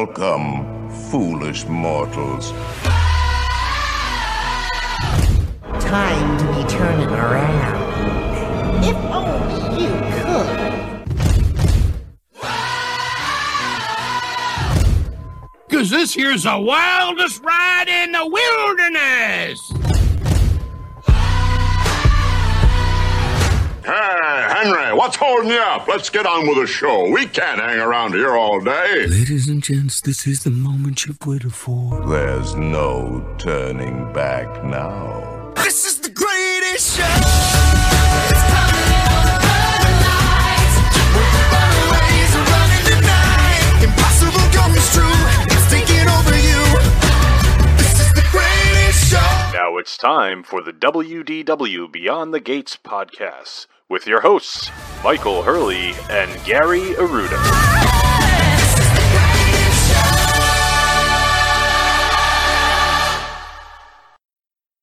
Welcome, foolish mortals. Time to be turning around. If only you could. Cause this here's the wildest ride in the wilderness! Hey, Henry, what's holding you up? Let's get on with the show. We can't hang around here all day. Ladies and gents, this is the moment you've waited for. There's no turning back now. This is the greatest show! Now it's time for the WDW Beyond the Gates podcast with your hosts, Michael Hurley and Gary Aruda.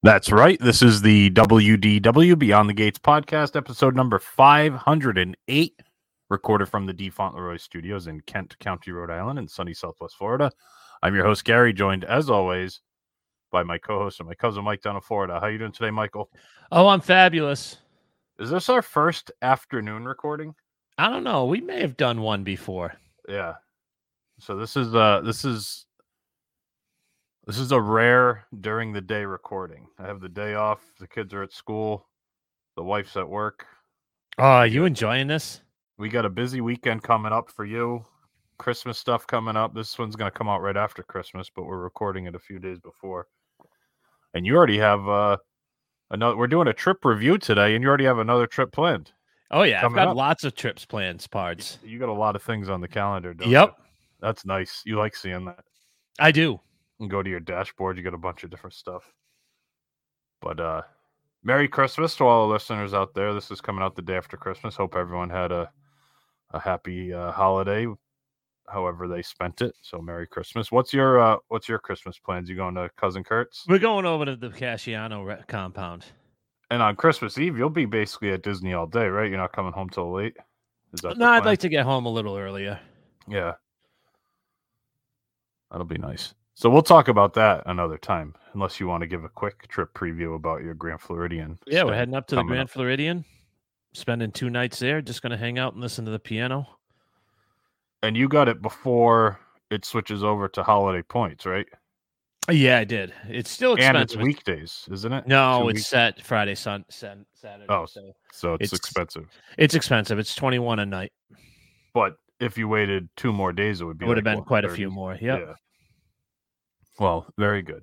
That's right. This is the WDW Beyond the Gates podcast, episode number 508, recorded from the D. Fauntleroy Studios in Kent County, Rhode Island, in sunny Southwest Florida. I'm your host, Gary, joined as always by my co-host and my cousin Mike down in Florida. How you doing today, Michael? Oh, I'm fabulous. Is this our first afternoon recording? I don't know. We may have done one before. Yeah. So this is uh this is this is a rare during the day recording. I have the day off, the kids are at school, the wife's at work. Oh, are you enjoying this? We got a busy weekend coming up for you. Christmas stuff coming up. This one's going to come out right after Christmas, but we're recording it a few days before. And you already have uh another we're doing a trip review today and you already have another trip planned. Oh yeah, Coming I've got up. lots of trips plans, parts. You got a lot of things on the calendar, don't you? Yep, That's nice. You like seeing that. I do. and go to your dashboard. You get a bunch of different stuff. But uh Merry Christmas to all the listeners out there. This is coming out the day after Christmas. Hope everyone had a a happy uh, holiday, however they spent it. So Merry Christmas. What's your uh what's your Christmas plans? You going to cousin Kurt's? We're going over to the Casciano re- compound. And on Christmas Eve, you'll be basically at Disney all day, right? You're not coming home till late. Is that the No, I'd plan? like to get home a little earlier. Yeah. That'll be nice. So we'll talk about that another time, unless you want to give a quick trip preview about your Grand Floridian. Yeah, we're stay heading up to the coming Grand Floridian, spending two nights there. Just gonna hang out and listen to the piano. And you got it before it switches over to holiday points, right? Yeah, I did. It's still And it's expensive. weekdays, isn't it? no, Two it's week- set Friday, sun, sun, Saturday. Oh, so so it's, it's- expensive. it's expensive. It's twenty one a night. But if you waited two more days, it would be It would have like been quite a 130. few more. Yep. Yeah. Well, very good.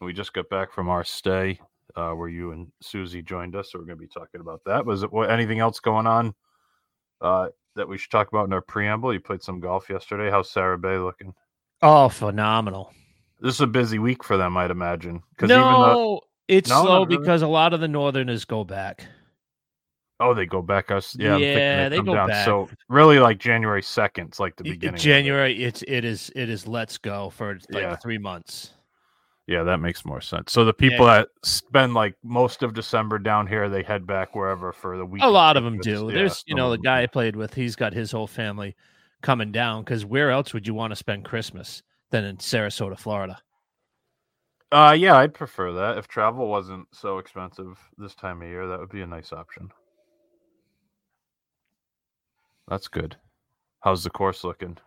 We just got back from our stay uh, where you and Susie joined us, so we're going to be talking about that. Was it what, anything else going on uh, that we should talk about in our preamble? You played some golf yesterday. How's Sarah Bay looking? Oh, phenomenal. This is a busy week for them, I'd imagine. Because No, even though, it's No, no, slow no, no. because a lot of the northerners go back. oh, they go back us. Yeah, I'm thinking Yeah, they come go down. back. So really, like January second, it's like the I- I- beginning. of it. E, January, it's it is it is let's go for like Yeah. three months. Yeah, that makes more sense. So the people that spend like most of December down here, they head back wherever for the week. A of lot of them Christmas. do. Yeah, There's you some know the of them guy do. I played with, he's got his whole family coming down because where else would you want to spend Christmas than in Sarasota, Florida? Uh, yeah, I'd prefer that. If travel wasn't so expensive this time of year, that would be a nice option. That's good. How's the course looking?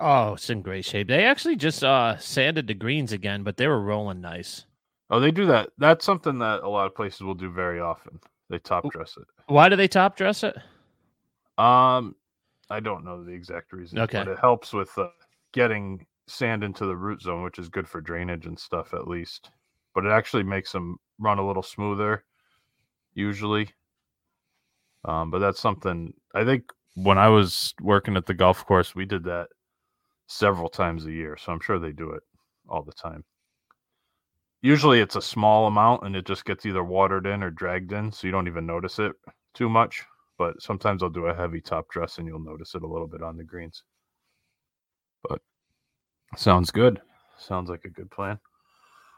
Oh, it's in great shape. They actually just uh sanded the greens again, but they were rolling nice. Oh, they do that. That's something that a lot of places will do very often. They top dress it. Why do they top dress it? Um, I don't know the exact reason. Okay. but it helps with uh, getting sand into the root zone, which is good for drainage and stuff, at least. But it actually makes them run a little smoother, usually. Um, but that's something I think when I was working at the golf course, we did that several times a year. So I'm sure they do it all the time. Usually it's a small amount and it just gets either watered in or dragged in. So you don't even notice it too much. But sometimes I'll do a heavy top dress and you'll notice it a little bit on the greens. But sounds good. Sounds like a good plan.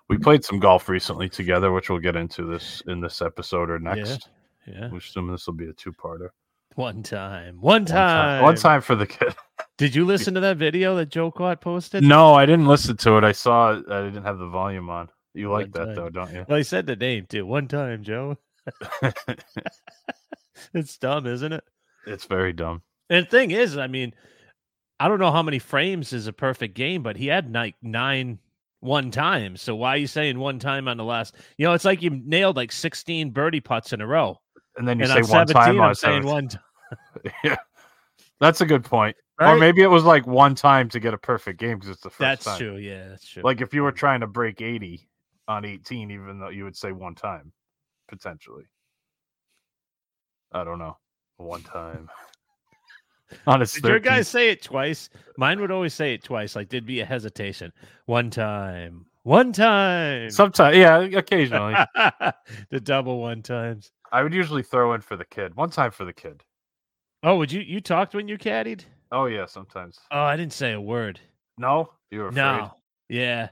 We played some golf recently together, which we'll get into this in this episode or next. Yeah. We're assuming this will be a two-parter. One time. One One time, time. one time for the kid. Did you listen to that video that Joe Quat posted? No, I didn't listen to it. I saw it. I didn't have the volume on. You like One time. that though, don't you? Well, he said the name too. One time, Joe. it's dumb, isn't it? it's very dumb. And the thing is, I mean, I don't know how many frames is a perfect game, but he had like nine one time. So why are you saying one time on the last? You know, it's like you nailed like 16 birdie putts in a row. And then you and say on one 17, time I'm on saying seventh. one time. yeah, that's a good point. Or Right? maybe it was like one time to get a perfect game because it's the first That's time. true. Yeah, that's true. Like if you were trying to break eighty on eighteen, even though you would say one time, potentially. I don't know. One time. on its did your 13th guys say it twice? Mine would always say it twice. Like there'd be a hesitation. One time. One time. Sometimes, yeah, occasionally. the double one times. I would usually throw in for the kid. One time for the kid. Oh, would you you talked when you caddied? Oh yeah, sometimes. Oh, I didn't say a word. No, you were afraid. No. Yeah.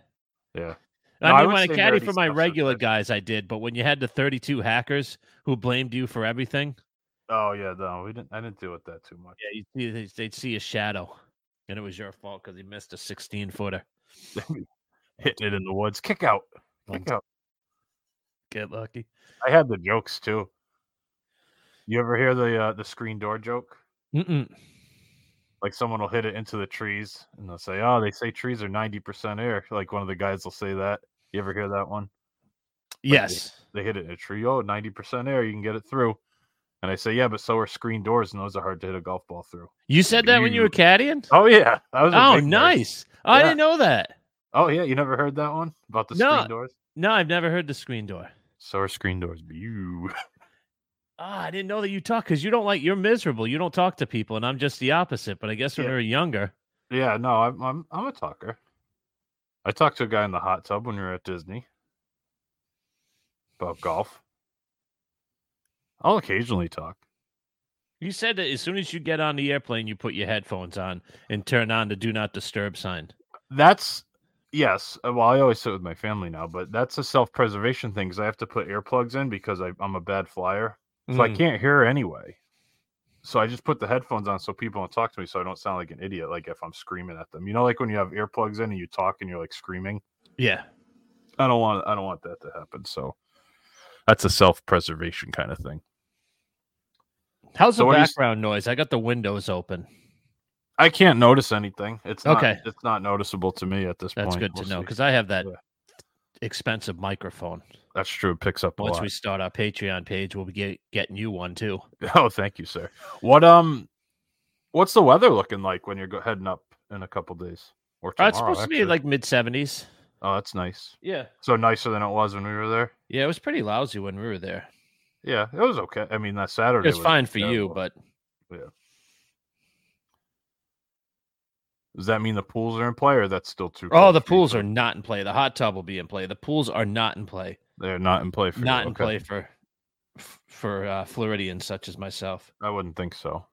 Yeah. No, I I mean, would when I say caddied nerdy for my stuff regular sometimes. guys, I did. But when you had the 32 hackers who blamed you for everything, Oh yeah, no, we didn't. I didn't deal with that too much. yeah, you'd see, they'd- they'd see a shadow, and it was your fault because he missed a 16 footer. Hitting it in the woods, kick out, kick out. Get lucky. I had the jokes too. You ever hear the uh, the screen door joke? Mm-mm. Like someone will hit it into the trees, and they'll say, "Oh, they say trees are ninety percent air." Like one of the guys will say that. You ever hear that one? Yes. They hit it in a tree. Oh, 90 percent air, you can get it through. And I say, "Yeah, but so are screen doors, and those are hard to hit a golf ball through." You said that when you were caddying? Oh yeah, that was a Oh, big nerd. nice. I Yeah. didn't know that. Oh yeah, you never heard that one about the No. screen doors? No, I've never heard the screen door. So are screen doors. You. Ah, I didn't know that you talk because you don't like you're miserable. You don't talk to people, and I'm just the opposite. But I guess when Yeah. we were younger, Yeah, no, I'm I'm I'm a talker. I talked to a guy in the hot tub when we were at Disney about golf. I'll occasionally talk. you said that as soon as you get on the airplane, you put your headphones on and turn on the do not disturb sign. That's yes. uh, Well, I always sit with my family now, but that's a self preservation thing because I have to put earplugs in because I, I'm a bad flyer, so I Mm. can't hear anyway. So I just put the headphones on so people don't talk to me, so I don't sound like an idiot. Like if I'm screaming at them, you know, like when you have earplugs in and you talk and you're like screaming. Yeah. I don't want I don't want that to happen. So that's a self preservation kind of thing. How's So the what do you s- background noise? I got the windows open. I can't notice anything. It's not, Okay. It's not noticeable to me at this That's point. good to We'll know see. because I have that Yeah. expensive microphone. that's true. It picks up a Once lot. we start our Patreon page, we'll be get, getting you one too. Oh, thank you, sir. What um, what's the weather looking like when you're go- heading up in a couple days or Uh, tomorrow? it's supposed to be actually? like mid 70s. oh, that's nice. Yeah. So nicer than it was when we were there. Yeah, it was pretty lousy when we were there. Yeah, it was okay. I mean, that Saturday It's was fine for you, terrible. but does that mean the pools are in play, or that's still too? oh, cold the for you pools for- are not in play. The hot tub will be in play. The pools are not in play. they're not in play for you, Not in okay. play for f- for uh, Floridians such as myself. I wouldn't think so.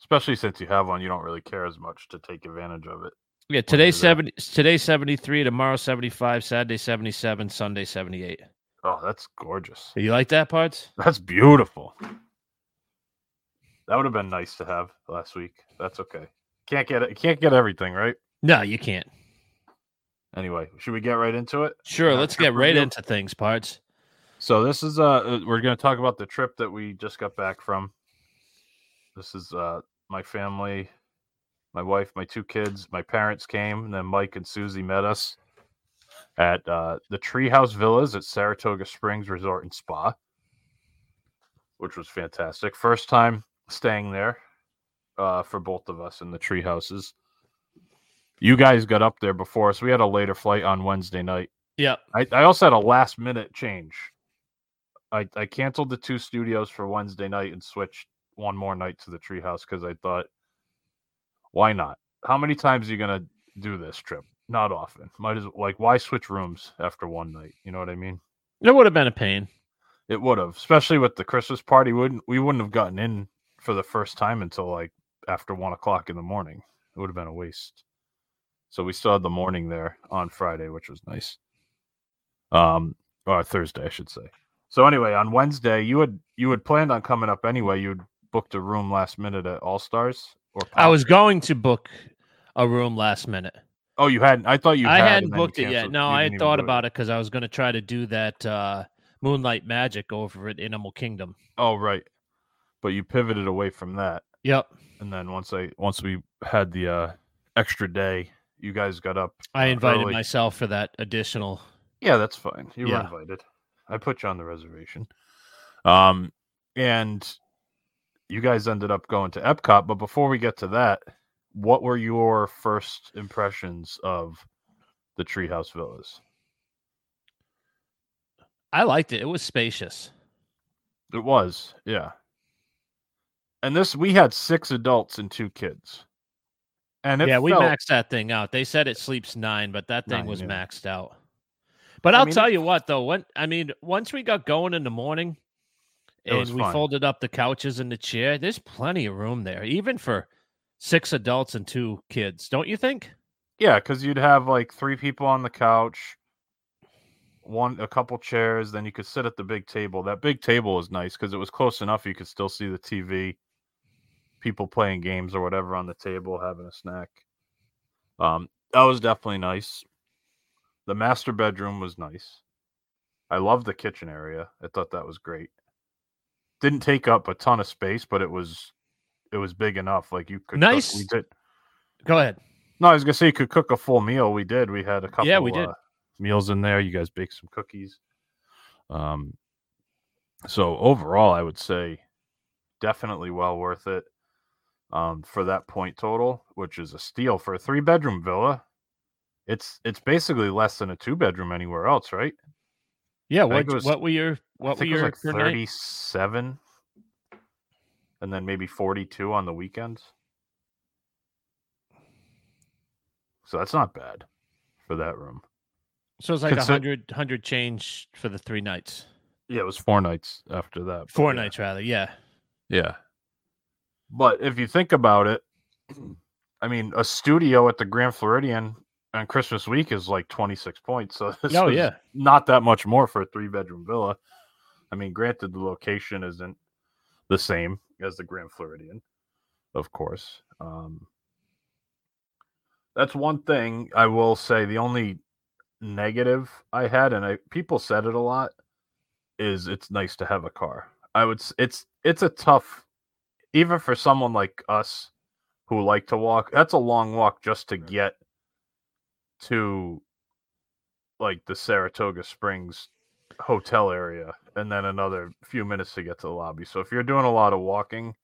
Especially since you have one, you don't really care as much to take advantage of it. Yeah, today is that? 70, today 73, tomorrow 75, Saturday 77, Sunday 78. Oh, that's gorgeous. You like that parts? That's beautiful. That would have been nice to have last week. That's okay. Can't get it. Can't get everything right. No, you can't. Anyway, should we get right into it? Sure, Not let's trip get right review? into things, parts. So this is uh, uh, we're gonna talk about the trip that we just got back from. This is uh, my family, my wife, my two kids, my parents came, and then Mike and Susie met us at uh, the Treehouse Villas at Saratoga Springs Resort and Spa, which was fantastic. First time staying there uh, for both of us in the tree houses. You guys got up there before us. We had a later flight on Wednesday night. Yep. I, I also had a last minute change. I, I canceled the two studios for Wednesday night and switched one more night to the treehouse because I thought, why not? How many times are you gonna do this trip? Not often. Might as like why switch rooms after one night? You know what I mean? It would have been a pain. It would have, especially with the Christmas party. Wouldn't we wouldn't have gotten in for the first time until like after one o'clock in the morning. It would have been a waste. So we still had the morning there on Friday, which was nice. Um, or Thursday, I should say. So anyway, on Wednesday, you had you had planned on coming up anyway. You had booked a room last minute at All Stars, Or I was Poplar? going to book a room last minute. Oh, you hadn't. I thought you. I had, hadn't and then you booked it yet. canceled. No, You I didn't had even thought do it. about it because I was going to try to do that uh, Moonlight Magic over at Animal Kingdom. Oh, right. But you pivoted away from that, Yep. and then once I once we had the uh extra day, you guys got up. I uh, invited early. myself for that additional. Yeah, that's fine. You Yeah. were invited. I put you on the reservation. Um, and you guys ended up going to Epcot. But before we get to that, what were your first impressions of the Treehouse Villas? I liked it. It was spacious. It was, yeah. And this, we had six adults and two kids. And it yeah, we felt- maxed that thing out. They said it sleeps nine, but that thing Nine, was yeah. maxed out. But I I'll mean, tell it- you what, though, when I mean, once we got going in the morning, It and was we fun. folded up the couches and the chair, there's plenty of room there, even for six adults and two kids. Don't you think? Yeah, because you'd have like three people on the couch, one a couple chairs, then you could sit at the big table. That big table was nice because it was close enough you could still see the TV, people playing games or whatever on the table, having a snack. Um, that was definitely nice. The master bedroom was nice. I love the kitchen area. I thought that was great. Didn't take up a ton of space, but it was it was big enough. Like you could cook- Nice. we did Go ahead. no, I was gonna say you could cook a full meal. We did. We had a couple. Yeah, we did. uh, meals in there. You guys baked some cookies. Um. So overall, I would say definitely well worth it. Um, for that point total, which is a steal for a three bedroom villa. It's it's basically less than a two bedroom anywhere else, right? Yeah. think What, it was- what were your I what were think it was your like per night? thirty seven, and then maybe forty two on the weekends. So that's not bad for that room. So it was like a consi- hundred hundred change for the three nights, Yeah, it was four nights after that. but four yeah. nights rather. Yeah. Yeah. But if you think about it, I mean, a studio at the Grand Floridian on Christmas week is like 26 points. So this Oh, is yeah. not that much more for a three bedroom villa. I mean, granted, the location isn't the same as the Grand Floridian, of course. Um, that's one thing I will say. The only negative I had, and I, people said it a lot, is it's nice to have a car. I would. s- It's it's a tough, even for someone like us who like to walk. That's a long walk just to get to like the Saratoga Springs hotel area, and then another few minutes to get to the lobby. So if you're doing a lot of walking,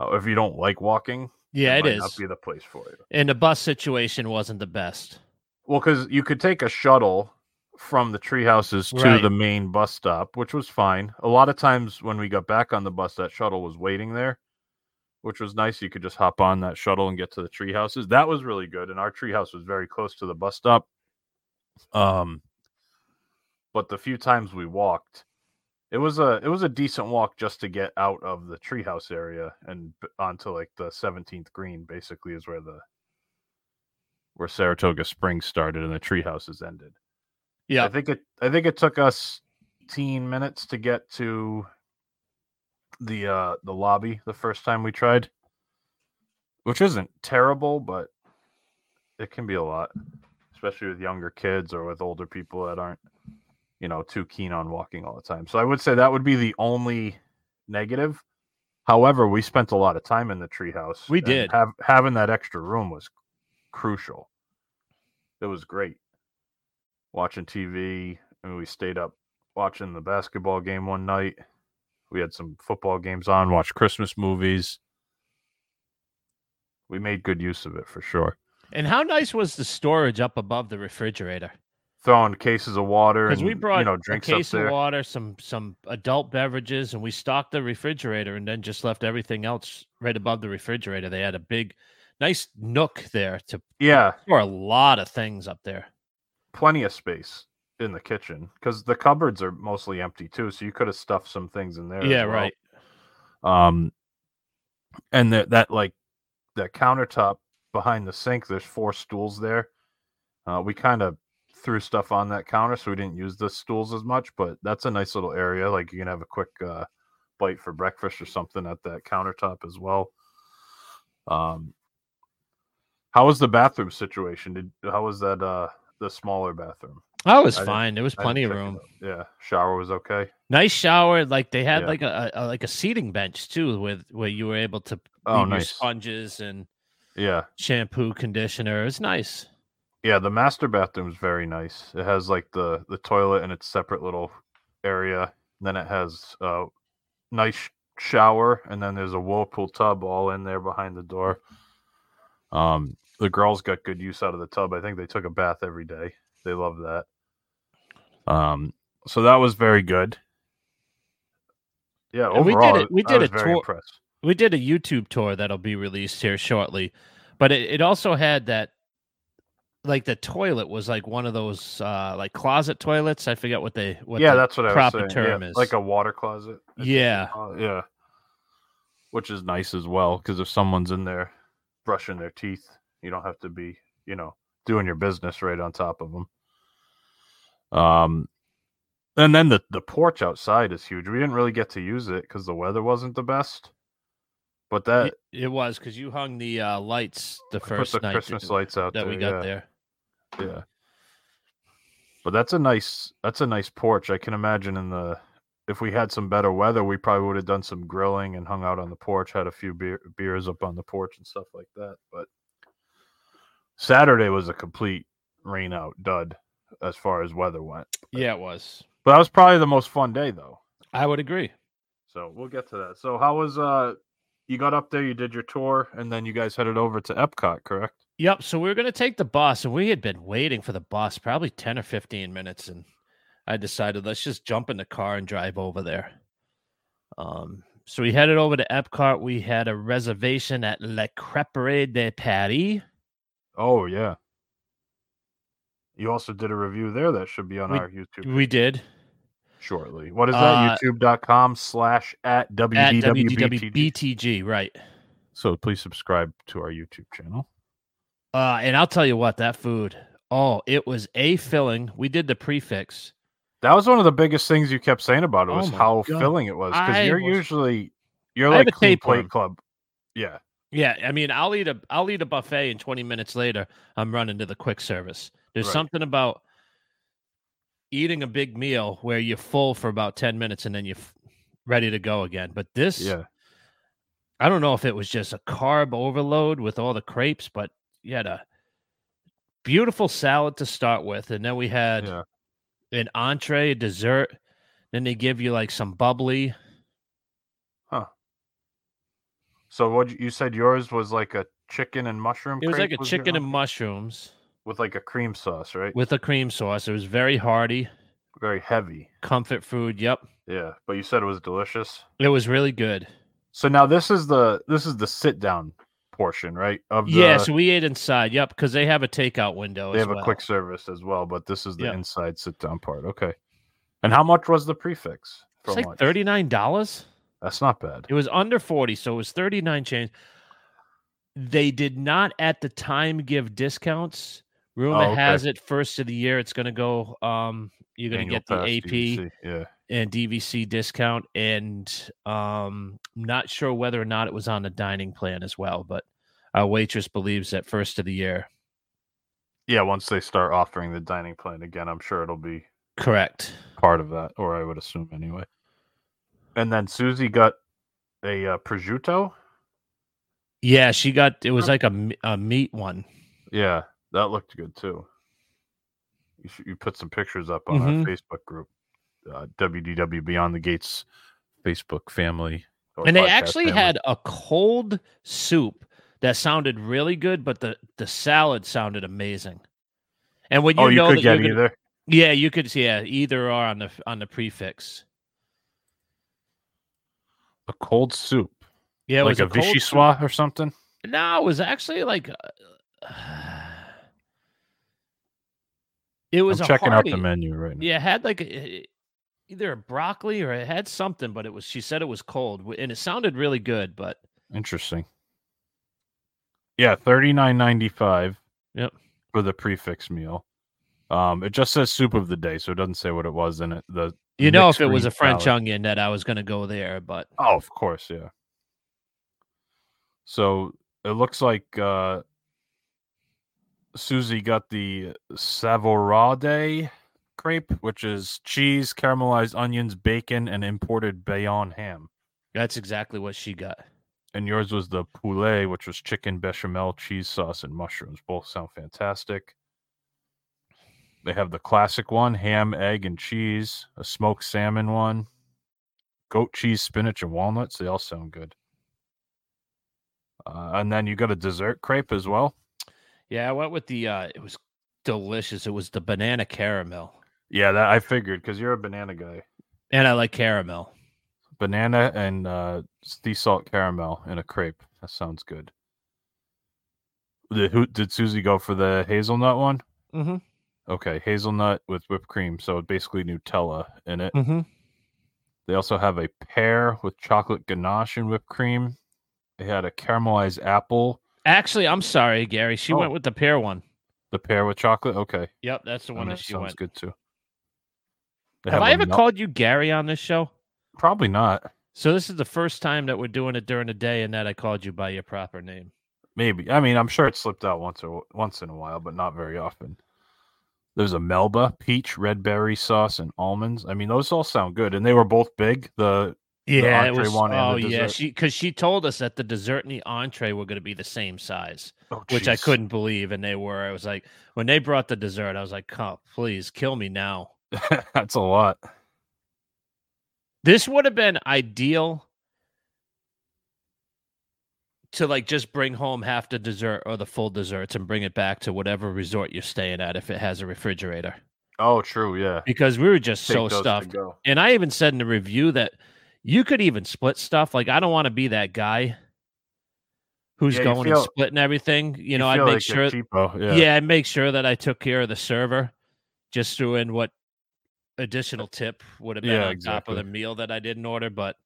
uh, if you don't like walking, Yeah, it might Not is. be the place for you. And the bus situation wasn't the best. Well, because you could take a shuttle from the tree houses to Right. the main bus stop, which was fine. A lot of times when we got back on the bus, that shuttle was waiting there, which was nice. You could just hop on that shuttle and get to the tree houses. That was really good. And our tree house was very close to the bus stop. Um, but the few times we walked, it was a it was a decent walk just to get out of the treehouse area and b- onto like the 17th green basically is where the where Saratoga Springs started and the tree houses ended. Yeah. I think it I think it took us 10 minutes to get to the uh the lobby the first time we tried. Which isn't terrible, but it can be a lot, especially with younger kids or with older people that aren't, you know, too keen on walking all the time. So I would say that would be the only negative. However, we spent a lot of time in the treehouse. We and did. Have, having that extra room was crucial. It was great. Watching TV. I mean, we stayed up watching the basketball game one night. We had some football games on, watched Christmas movies. We made good use of it for sure. And how nice was the storage up above the refrigerator? Throwing cases of water and Because we brought you know a drinks up case there. of water, some some adult beverages, and we stocked the refrigerator, and then just left everything else right above the refrigerator. They had a big, nice nook there to Yeah, store a lot of things up there. plenty of space in the kitchen because the cupboards are mostly empty too. So you could have stuffed some things in there. as yeah, well. right. Um, and that that like that countertop behind the sink, there's four stools there. Uh, we kind of threw stuff on that counter, so we didn't use the stools as much. But that's a nice little area. Like you can have a quick uh, bite for breakfast or something at that countertop as well. Um, how was the bathroom situation? Did how was that? Uh, the smaller bathroom. I was I didn't- fine. There was I didn't plenty of check it room. out. Yeah, shower was okay. Nice shower. Like they had Yeah. like a, a like a seating bench too, with where you were able to Oh, leave your nice. sponges and Yeah, shampoo, conditioner. It's nice. yeah. The master bathroom's very nice. It has like the the toilet and its separate little area. Then it has uh, nice sh- shower, and then there's a whirlpool tub all in there behind the door. Um, the girls got good use out of the tub. I think they took a bath every day. They love that. Um, so that was very good. Yeah, And we did overall, it- we I did was a very tour- impressed. We did a YouTube tour that'll be released here shortly, but it, it also had that like the toilet was like one of those uh like closet toilets. I forget what they what yeah, the that's what I proper was saying. term yeah, is. like a water closet. I think they Yeah. call it, yeah, which is nice as well because if someone's in there brushing their teeth, you don't have to be, you know, doing your business right on top of them. Um, and then the the porch outside is huge. We didn't really get to use it because the weather wasn't the best. But that it, it was because you hung the uh lights the I put first the night Christmas that, lights out that there, we got yeah. there. Yeah. But that's a nice that's a nice porch. I can imagine in the if we had some better weather, we probably would have done some grilling and hung out on the porch, had a few beer, beers up on the porch and stuff like that. But Saturday was a complete rain out dud as far as weather went. Yeah, it was. But that was probably the most fun day though. I would agree. So we'll get to that. So how was uh you got up there, you did your tour, and then you guys headed over to Epcot, correct? Yep. So we were going to take the bus, and we had been waiting for the bus probably 10 or 15 minutes. And I decided, let's just jump in the car and drive over there. Um, so we headed over to Epcot. We had a reservation at La Creperie de Paris. Oh yeah. You also did a review there that should be on We- our YouTube We did shortly. What is uh, that? YouTube.com slash at at WDWBTD. WDWBTG, right? So please subscribe to our YouTube channel. Uh, and I'll tell you what, that food, oh, it was a filling. We did the prefix. That was one of the biggest things you kept saying about it Oh was my how God. filling it was. Because I you're was- usually you're I have like a clean plate tapeworm. club. Yeah. Yeah, I mean, I'll eat a I'll eat a buffet, and twenty minutes later, I'm running to the quick service. There's Right. something about eating a big meal where you're full for about ten minutes, and then you're f- ready to go again. But this, Yeah. I don't know if it was just a carb overload with all the crepes, but you had a beautiful salad to start with, and then we had Yeah. an entree, a dessert. Then they give you like some bubbly. So what you, you said yours was like a chicken and mushroom. It was like crepe a chicken your- and mushrooms with like a cream sauce, right? with a cream sauce. It was very hearty. Very heavy. comfort food. Yep. Yeah. But you said it was delicious. It was really good. So now this is the this is the sit down portion, right? Of the, yeah, so we ate inside. Yep, because they have a takeout window. they as have a well. quick service as well, but this is the Yeah. inside sit down part. Okay. And how much was the prefix? It's like lunch? thirty nine dollars. That's not bad. It was under forty, so it was thirty nine change. They did not at the time give discounts. Rumor Oh, okay. has it first of the year it's going to go. Um, you're going to Annual get the pass, AP DVC, Yeah. and DVC discount, and um, not sure whether or not it was on the dining plan as well. But our waitress believes that first of the year, Yeah. Once they start offering the dining plan again, I'm sure it'll be correct. part of that, or I would assume anyway. And then Susie got a uh, prosciutto. Yeah, she got it was like a, m- a meat one. Yeah. That looked good too. You, should, you put some pictures up on Mhm. our Facebook group, uh, WDW Beyond the Gates Facebook family. or and they podcast actually family. had a cold soup that sounded really good, but the the salad sounded amazing. And when you oh, you know could that get you're gonna- either. yeah, you could yeah either or on the on the prefix. a cold soup, Yeah, it like was a, cold soup. vichyssoise or something. No, it was actually like. uh, it was I'm a checking out hearty- the menu right now. Yeah, it had like a, either a broccoli or it had something, but it was she said it was cold w- and it sounded really good, but Interesting. Yeah, thirty nine ninety five. Yep. For the prefix meal, um, it just says soup of the day, so it doesn't say what it was in it. The You know, if mixed it was green a French salad. onion, that I was going to go there, but oh, of course, yeah. So it looks like uh Susie got the Savorade crepe, which is cheese, caramelized onions, bacon, and imported Bayonne ham. That's exactly what she got. And yours was the poulet, which was chicken, bechamel, cheese sauce, and mushrooms. Both sound fantastic. They have the classic one ham, egg, and cheese, a smoked salmon one, goat cheese, spinach, and walnuts. They all sound good. Uh, and then you got a dessert crepe as well. Yeah, I went with the. uh It was delicious. It was the banana caramel, Yeah, that I figured because you're a banana guy. and I like caramel. Banana and uh, sea salt caramel in a crepe. That sounds good. The, who, did Susie go for the hazelnut one? Mm-hmm. Okay, hazelnut with whipped cream. So basically Nutella in it. Mm-hmm. They also have a pear with chocolate ganache and whipped cream. They had a caramelized apple, Actually, I'm sorry, Gary. She Oh. went with the pear one. the pear with chocolate. Okay, Yep, that's the I one mean, that she Oh, sounds went. good too. They Have a I ever mel- called you Gary on this show? Probably not. So this is the first time that we're doing it during the day, and that I called you by your proper name. Maybe. I mean, I'm sure it slipped out once or once in a while, but not very often. There's a Melba peach, red berry sauce, and almonds. I mean, those all sound good, and they were both big. The Yeah, it entree was, one and oh the yeah, dessert. she because she told us that the dessert and the entree were going to be the same size, oh, which I jeez. couldn't believe, and they were. I was like, when they brought the dessert, I was like, oh, please kill me now. That's a lot. This would have been ideal to like just bring home half the dessert or the full desserts and bring it back to whatever resort you're staying at if it has a refrigerator, Oh, true. Yeah. because we were just Take so those to stuffed. go. and I even said in the review that you could even split stuff. Like I don't want to be that guy who's Yeah, you going feel- and splitting everything. You know, I feel make like sure. a cheapo, Yeah. Yeah. I make sure that I took care of the server. Just threw in what additional tip would have been Yeah, on top of exactly. the meal that I didn't order, but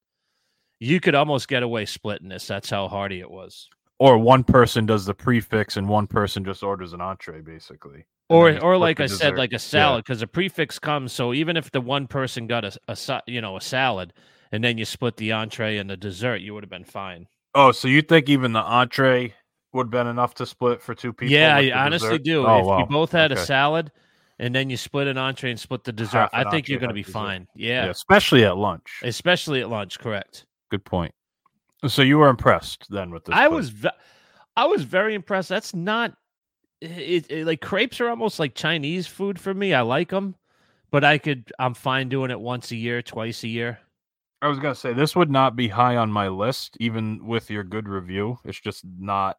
you could almost get away splitting this. That's how hearty it was. Or one person does the prefix and one person just orders an entree, basically. and Or, then you or split like the I said, dessert. like a salad because a prefix comes. So even if the one person got a, s- a sa- you know a salad, and then you split the entree and the dessert, you would have been fine. Oh, so you think even the entree would have been enough to split for two people? yeah, with I the honestly dessert? do. Oh, if wow. you both had Okay. a salad and then you split an entree and split the dessert, Half I an think you're going entree, to be half dessert. fine. Yeah. yeah, especially at lunch. Especially at lunch, correct. Good point. So you were impressed then with this? I place. was ve- I was very impressed. That's not it, it- like crepes are almost like Chinese food for me. I like them, but I could I'm fine doing it once a year, twice a year. I was gonna say this would not be high on my list, even with your good review. It's just not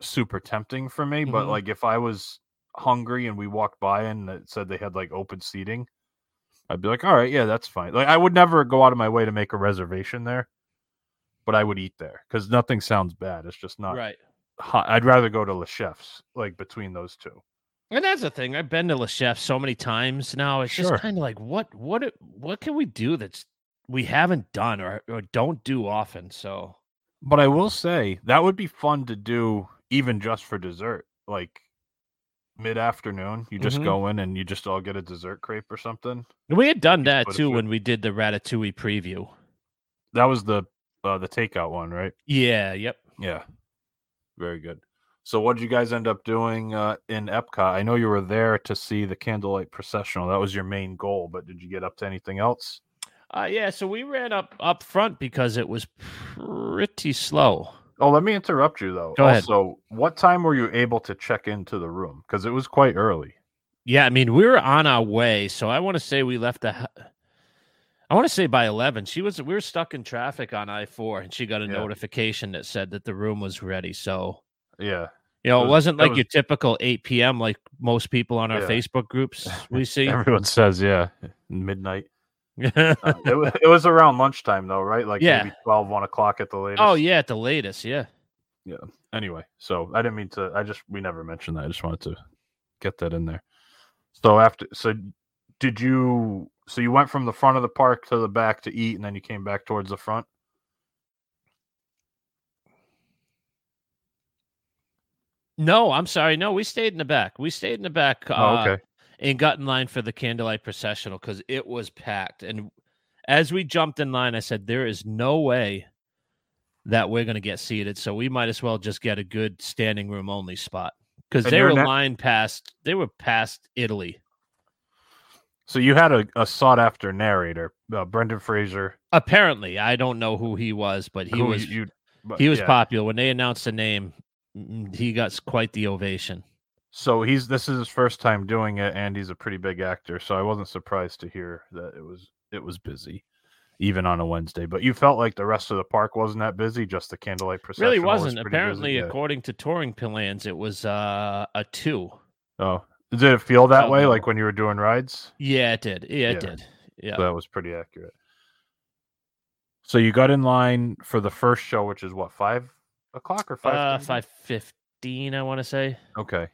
super tempting for me. But Mhm. like, if I was hungry and we walked by and it said they had like open seating, I'd be like, all right, yeah, that's fine. Like, I would never go out of my way to make a reservation there, but I would eat there because nothing sounds bad. It's just not. Right. Hot. I'd rather go to Le Chef's, like between those two. And that's the thing. I've been to Le Chef so many times now. It's Sure. just kind of like what what it- what can we do that's we haven't done or, or don't do often. So But I will say that would be fun to do even just for dessert, like mid afternoon. You just Mhm. go in and you just all get a dessert crepe or something. We had done that put a too food- when we did the Ratatouille preview. That was the uh, the takeout one, right? Yeah, yep. Yeah, very good. So what did you guys end up doing uh, in Epcot? I know you were there to see the candlelight processional. That was your main goal, but did you get up to anything else? Uh, yeah, so we ran up up front because it was pretty slow. Oh, let me interrupt you though. Go ahead. also, what time were you able to check into the room? Because it was quite early. Yeah, I mean we were on our way, so I want to say we left the. hu- I want to say by eleven, she was. We were stuck in traffic on I four, and she got a Yeah. notification that said that the room was ready. So Yeah. you know, It it, was- was, not that like was- your typical eight p.m. like most people on our Yeah. Facebook groups we see. Everyone says, yeah, midnight. Uh, it, was, it was around lunchtime, though, right? Like Yeah. maybe 12, 1 o'clock at the latest. oh yeah, at the latest, yeah. Anyway, so I didn't mean to, I just, we never mentioned that. I just wanted to get that in there. So after, so did you, so you went from the front of the park to the back to eat and then you came back towards the front? No, I'm sorry. No, we stayed in the back. We stayed in the back. oh, uh, okay. and got in line for the candlelight processional because it was packed. And as we jumped in line, I said, "There is no way that we're going to get seated. So we might as well just get a good standing room only spot because And they they're were not- lined past. They were past Italy. So you had a, a sought after narrator, uh, Brendan Fraser, Apparently, I don't know who he was, but he who was you. but he was yeah. popular when they announced the name. mm, He got s- quite the ovation. So he's this is his first time doing it, and he's a pretty big actor. So I wasn't surprised to hear that it was it was busy, even on a Wednesday. But you felt like the rest of the park wasn't that busy. Just the candlelight procession really was wasn't. pretty busy, Apparently, yeah. according to touring plans, it was uh, a two. Oh, did it feel that Oh, way? no. Like when you were doing rides? Yeah, it did. Yeah, Yeah. it did. Yeah. So that was pretty accurate. So you got in line for the first show, which is what five o'clock or five? Uh, five fifteen, I want to say. Okay.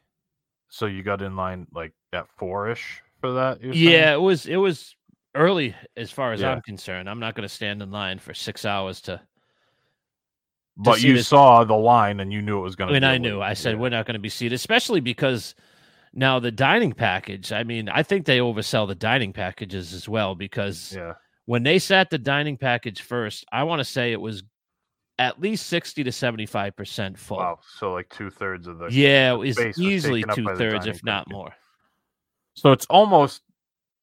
So you got in line like at four ish for that? you're saying? Yeah, it was it was early as far as Yeah. I'm concerned. I'm not going to stand in line for six hours to. But see you this- saw the line and you knew it was going I to. mean, I knew. I said we're not going to be seated, especially because now the dining package. I mean, I think they oversell the dining packages as well because Yeah. when they sat the dining package first, I want to say it was at least sixty to seventy five percent full. Wow. So like two thirds of the. Yeah, the it was space was easily taken up by two the thirds, dining if not package. more. So it's almost.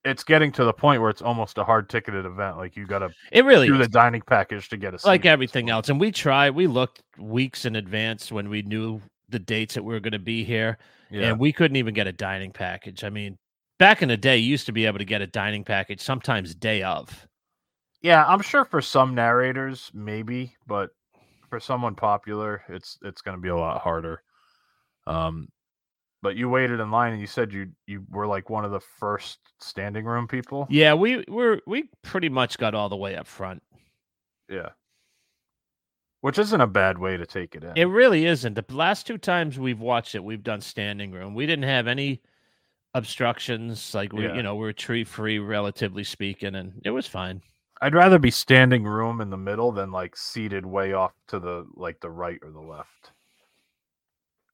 It's getting to the point where it's almost a hard ticketed event. Like you got to It really do is. the dining package to get a. like seat at this everything point. else. And we tried, we looked weeks in advance when we knew the dates that we were going to be here, Yeah. and we couldn't even get a dining package. I mean, back in the day, you used to be able to get a dining package sometimes day of. Yeah, I'm sure for some narrators, maybe, but for someone popular, it's it's going to be a lot harder. Um, but you waited in line, and you said you you were like one of the first standing room people. Yeah, we were we pretty much got all the way up front. Yeah. Which isn't a bad way to take it in. It really isn't. The last two times we've watched it, we've done standing room. We didn't have any obstructions. Like we, Yeah. you know, we we're tree free, relatively speaking, and it was fine. I'd rather be standing room in the middle than like seated way off to the like the right or the left.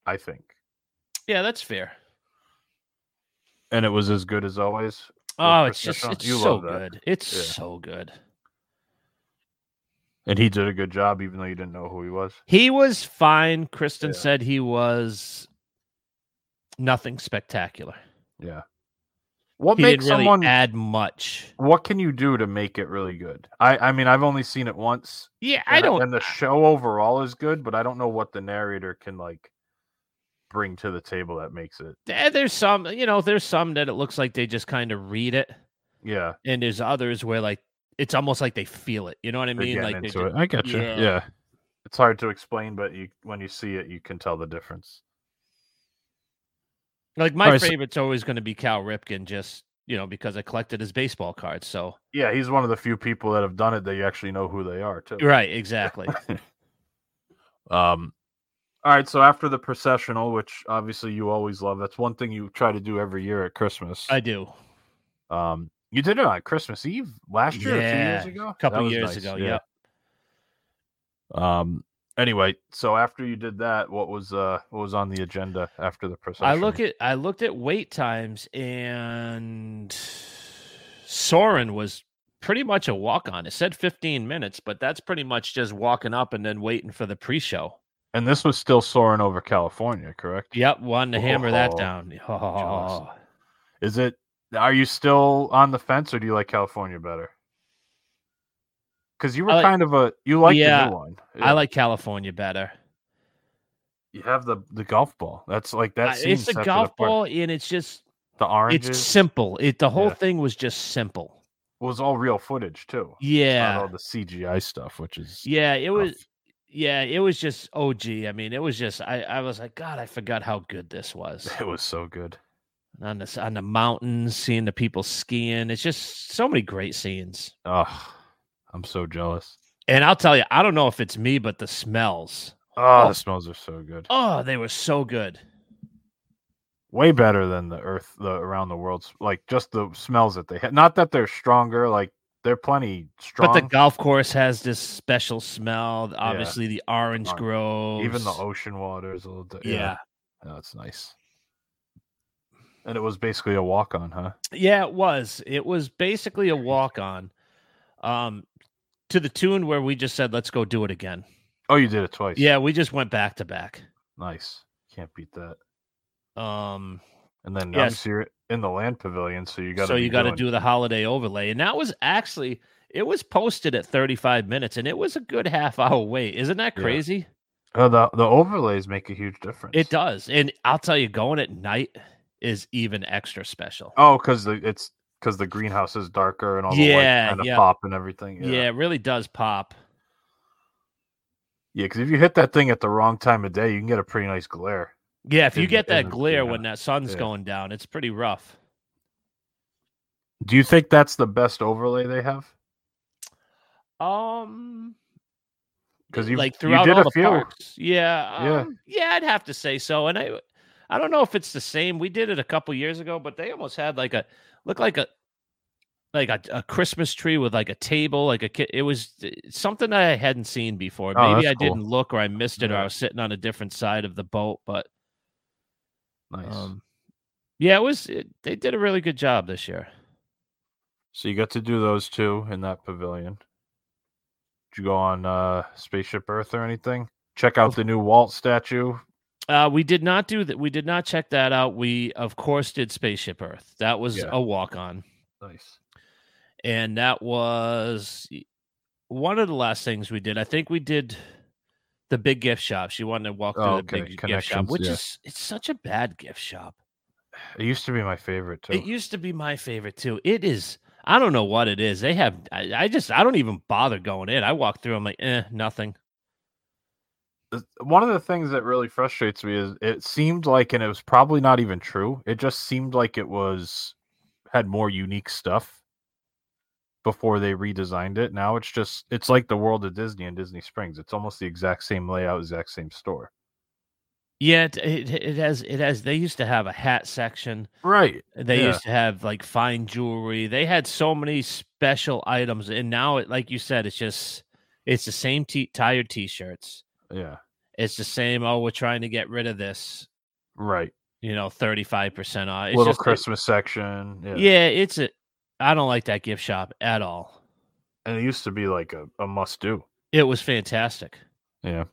I think. Yeah, that's fair. And it was as good as always. Oh, it's just Patricia, it's you so love that. good. It's Yeah. so good. And he did a good job even though you didn't know who he was. He was fine. Kristen Yeah. said he was nothing spectacular. Yeah. What he makes didn't really someone add much. what can you do to make it really good? I I mean I've only seen it once. Yeah, I and- don't. and the show overall is good, but I don't know what the narrator can like bring to the table that makes it. eh, there's some, you know, there's some that it looks like they just kind of read it, Yeah. and there's others where like it's almost like they feel it. You know what I they're mean? getting Like they into it. I get you. yeah. yeah. It's hard to explain, but you when you see it, you can tell the difference. like my Alright, so- favorite's always going to be Cal Ripken, just you know, because I collected his baseball cards. So Yeah, he's one of the few people that have done it that you actually know who they are too. right, exactly. Um, all right. So after the processional, which obviously you always love, that's one thing you try to do every year at Christmas. I do. um, you did it on Christmas Eve last year, or Yeah, two years ago, A couple That was years nice, ago. yeah. Yep. Um. Anyway, so after you did that, what was uh what was on the agenda after the processional? I look at I looked at wait times and Soren was pretty much a walk on. It said 15 minutes, but that's pretty much just walking up and then waiting for the pre-show. and this was still soaring over California, correct? Yep, wanting to hammer that Oh, down. jealous. Oh. Is it? Are you still on the fence, or do you like California better? Because you were I like- kind of a you like the Yeah, new one. I Yeah. like California better. you have the the golf ball. That's like that. I- scene it's a sets it golf apart. ball and it's just The oranges it's simple. It the whole Yeah. thing was just simple. was all real footage too. Not Yeah. all the CGI stuff, which is Yeah, it tough. was yeah, it was just OG. I mean, it was just I, I was like, God, I forgot how good this was. It was so good. on the s- on the mountains, seeing the people skiing. It's just so many great scenes. Oh, I'm so jealous. And I'll tell you, I don't know if it's me, but the smells. Oh, Oh. the smells are so good. Oh, they were so good. Way better than the Earth, the around the world. s- Like just the smells that they had. Not that they're stronger. Like they're plenty strong. But the golf course has this special smell. Obviously, the orange orange. groves. even the ocean water is a little. di- Oh, yeah. that's nice. And it was basically a walk on, huh? Yeah, it was. It was basically a walk on, um, to the tune where we just said, "Let's go do it again." Oh, you did it twice. Yeah, we just went back to back. Nice. Can't beat that. Um, And then Yes. obviously you're in the land pavilion, so you got so you got to to do the holiday overlay, and that was actually it was posted at 35 minutes, and it was a good half hour wait. Isn't that Yeah. crazy? Oh, the the overlays make a huge difference. It does, and I'll tell you, going at night is even extra special. Oh, because the it's because the greenhouse is darker and all the Yeah, lights kind of yeah. pop and everything. yeah. it really does pop. Yeah, because if you hit that thing at the wrong time of day, you can get a pretty nice glare. Yeah, if you Isn't- get that isn't- glare yeah, when that sun's yeah. going down, it's pretty rough. Do you think that's the best overlay they have? Um, 'Cause you- like you throughout did all a the few. parks. Yeah, Yeah. um, yeah, I'd have to say so. And I, I don't know if it's the same. We did it a couple years ago, but they almost had like a look like a like a, a Christmas tree with like a table, like a kid. It was uh, something that I hadn't seen before. Oh, Maybe that's I didn't look, or I missed it, or Yeah. I was sitting on a different side of the boat. But Nice. um, yeah, it was. It, they did a really good job this year. so you got to do those two in that pavilion. Did you go on uh Spaceship Earth or anything? Check out the new Walt statue. Uh, we did not do that. We did not check that out. We, of course, did Spaceship Earth. That was Yeah. a walk on, Nice. and that was y- one of the last things we did. I think we did the big gift shop. She wanted to walk through Oh, the okay. big gift shop, Connections, which yeah. is it's such a bad gift shop. It used to be my favorite too. It used to be my favorite too. It is. I don't know what it is. They have. I, I just. I don't even bother going in. I walk through. I'm like, eh, nothing. th- one of the things that really frustrates me is it seemed like and it was probably not even true it just seemed like it was had more unique stuff before they redesigned it now it's just it's like the world of disney and disney springs it's almost the exact same layout exact same store Yeah, it, it, it has. It has. They used to have a hat section. right They Yeah. used to have like fine jewelry. They had so many special items, and now it, like you said, it's just it's the same t- tired T-shirts. yeah It's the same. Oh, we're trying to get rid of this. right You know, thirty five percent off. It's little just- it- christmas section yeah. yeah, it's a. I don't like that gift shop at all. and it used to be like a, a must do It was fantastic. yeah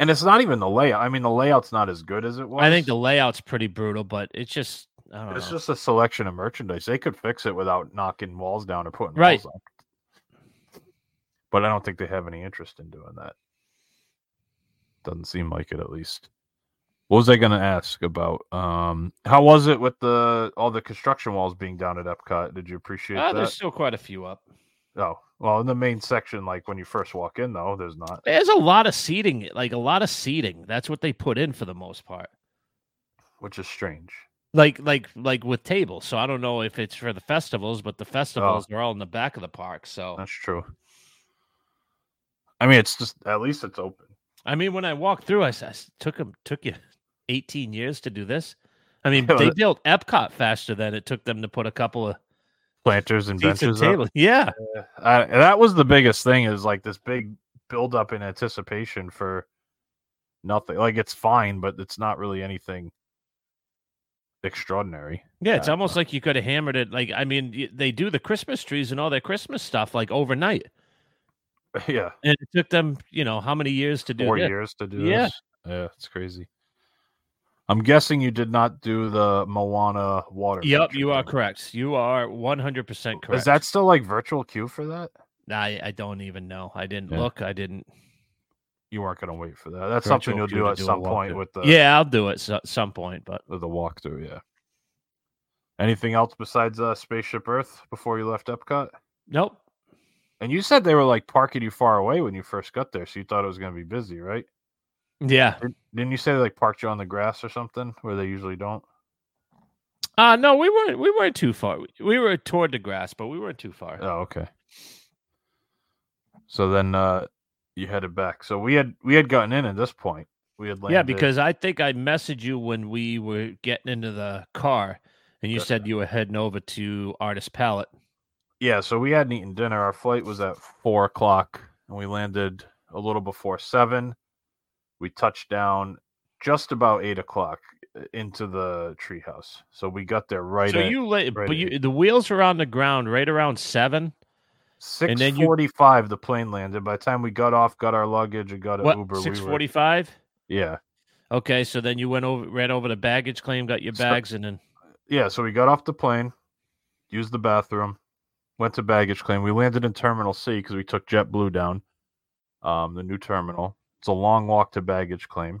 and it's not even the layout i mean the layout's not as good as it was I think the layout's pretty brutal, but it's just I don't It's know. just a selection of merchandise. They could fix it without knocking walls down or putting Right. walls up. But I don't think they have any interest in doing that. Doesn't seem like it, at least. What was I going to ask about? Um, how was it with the all the construction walls being down at Epcot? Did you appreciate Oh, there's that? still quite a few up. Oh, well, in the main section, like when you first walk in, though, there's not. There's a lot of seating, like a lot of seating. That's what they put in for the most part. which is strange. like like like with tables. So I don't know if it's for the festivals, but the Oh. festivals are all in the back of the park. So That's true. I mean, it's just at least it's open. I mean, when I walked through, I said, "Took them took you eighteen years to do this." I mean, Yeah, well, they that- built Epcot faster than it took them to put a couple of Planters and seats and benches. up. tables. Yeah, I, that was the biggest thing is like this big buildup in anticipation for nothing. Like it's fine, but it's not really anything extraordinary. yeah. It's Yeah. almost like you could have hammered it. Like I mean, y- they do the Christmas trees and all their Christmas stuff like overnight, yeah, and it took them, you know, how many years to do four this? years to do Yeah. this. Yeah, it's crazy. I'm guessing you did not do the Moana water. Yep, feature you are thing. correct. You are one hundred percent correct. Is that still like virtual queue for that? I I don't even know. I didn't Yeah. look. I didn't. You weren't going to wait for that. That's Virtual something you'll queue do to at do a some point walkthrough. with the yeah, I'll do it at some point, but with the walkthrough. Yeah. Anything else besides uh, Spaceship Earth before you left Epcot? nope. And you said they were like parking you far away when you first got there, so you thought it was going to be busy, right? Yeah. Didn't you say they like parked you on the grass or something where they usually don't? Uh no, we weren't we weren't too far. We- We were toward the grass, but we weren't too far. Oh, okay. So then uh you headed back. So we had we had gotten in at this point. We had landed. yeah, because I think I messaged you when we were getting into the car and you Gotcha. said you were heading over to Artist Palette. yeah, so we hadn't eaten dinner. Our flight was at four o'clock, and we landed a little before seven. We touched down just about eight o'clock uh, into the treehouse. So we got there right. so at- you la- right but at you the wheels were on the ground right around 7 Six then you- forty-five, the plane landed. By the time we got off, got our luggage, and got an What Uber, we were- six forty five? yeah, Okay, so then you went over, ran over to baggage claim, got your So- bags, and then yeah. So we got off the plane, used the bathroom, went to baggage claim. We landed in Terminal C because we took JetBlue down, um, the new terminal. It's a long walk to baggage claim.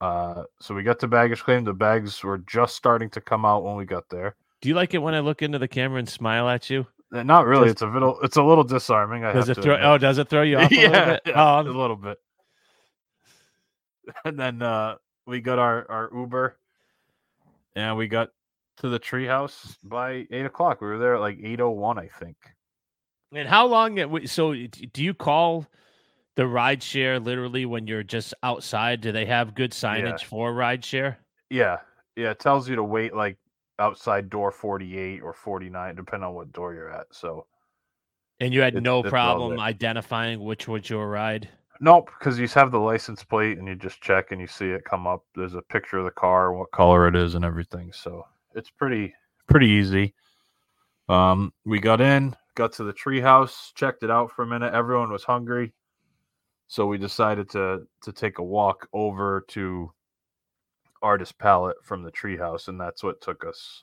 Uh, so we got to baggage claim. The bags were just starting to come out when we got there. do you like it when I look into the camera and smile at you? Uh, Not really. Does- It's a little. It's a little disarming. I Does have it to throw? admit. Oh, does it throw you off? A little yeah, bit? yeah, Oh, I'm- a little bit. And then uh, we got our, our Uber, and we got to the treehouse by eight o'clock. We were there at like eight oh one, I think. And how long? It, w- so, d- do you call the ride share literally when you're just outside? Do they have good signage for ride share? Yeah, yeah. It tells you to wait like outside door forty eight or forty nine, depending on what door you're at. So And you had It's- no it's all problem there. identifying which was your ride. nope, because you have the license plate and you just check and you see it come up. There's a picture of the car, what color it is, and everything. So it's pretty pretty easy. Um, we got in, got to the treehouse, checked it out for a minute. Everyone was hungry, so we decided to to take a walk over to Artist Palette from the treehouse, and that's what took us.